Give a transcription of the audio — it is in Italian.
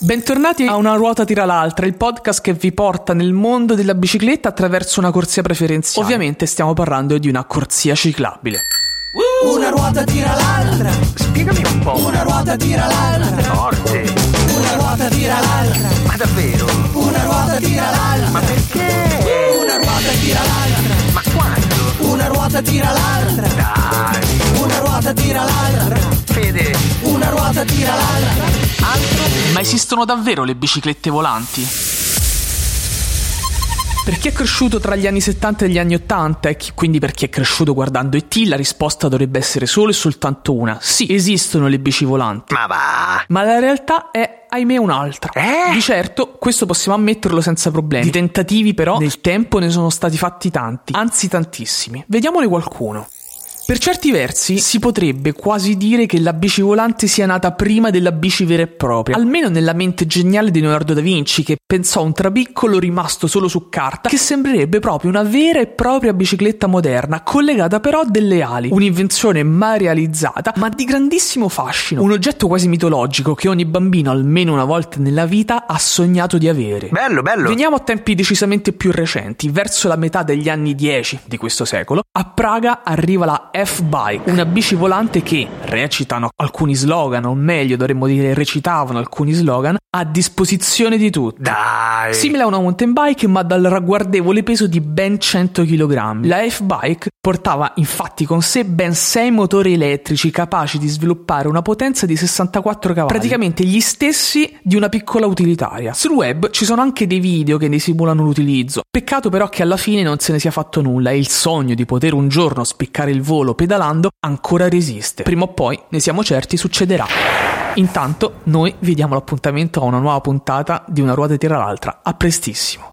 Bentornati a Una ruota tira l'altra, il podcast che vi porta nel mondo della bicicletta attraverso una corsia preferenziale. Ovviamente stiamo parlando di una corsia ciclabile. Una ruota tira l'altra, Spiegami un po'. una ruota tira l'altra, Forte. una ruota tira l'altra, Ma davvero? una ruota tira l'altra, Ma perché? una ruota tira l'altra, Ma quando? una ruota tira l'altra, Dai. una ruota tira l'altra, Fede. una ruota tira l'altra. Ma esistono davvero le biciclette volanti? Per chi è cresciuto tra gli anni 70 e gli anni 80 e chi- quindi per chi è cresciuto guardando ET, la risposta dovrebbe essere solo e soltanto una. Sì, esistono le bici volanti. Ma va. Ma la realtà è, ahimè, un'altra. Eh? Di certo, questo possiamo ammetterlo senza problemi. Di tentativi, però, nel tempo ne sono stati fatti tanti, anzi tantissimi. Vediamone qualcuno. Per certi versi si potrebbe quasi dire che la bici volante sia nata prima della bici vera e propria, almeno nella mente geniale di Leonardo da Vinci che pensò un trabiccolo rimasto solo su carta che sembrerebbe proprio una vera e propria bicicletta moderna, collegata però a delle ali, un'invenzione mai realizzata ma di grandissimo fascino, un oggetto quasi mitologico che ogni bambino almeno una volta nella vita ha sognato di avere. Bello, bello. Veniamo a tempi decisamente più recenti, verso la metà degli anni 10 di questo secolo, a Praga arriva la F-Bike, una bici volante che recitano alcuni slogan, o meglio dovremmo dire recitavano alcuni slogan, a disposizione di tutti. Dai. Simile a una mountain bike ma dal ragguardevole peso di ben 100 kg. La F-Bike portava infatti con sé ben 6 motori elettrici capaci di sviluppare una potenza di 64 cavalli, praticamente gli stessi di una piccola utilitaria. Sul web ci sono anche dei video che ne simulano l'utilizzo. Peccato però che alla fine non se ne sia fatto nulla e il sogno di poter un giorno spiccare il volo pedalando ancora resiste. Prima o poi, ne siamo certi, succederà. Intanto noi vi diamo l'appuntamento a una nuova puntata di Una ruota tira l'altra. A prestissimo.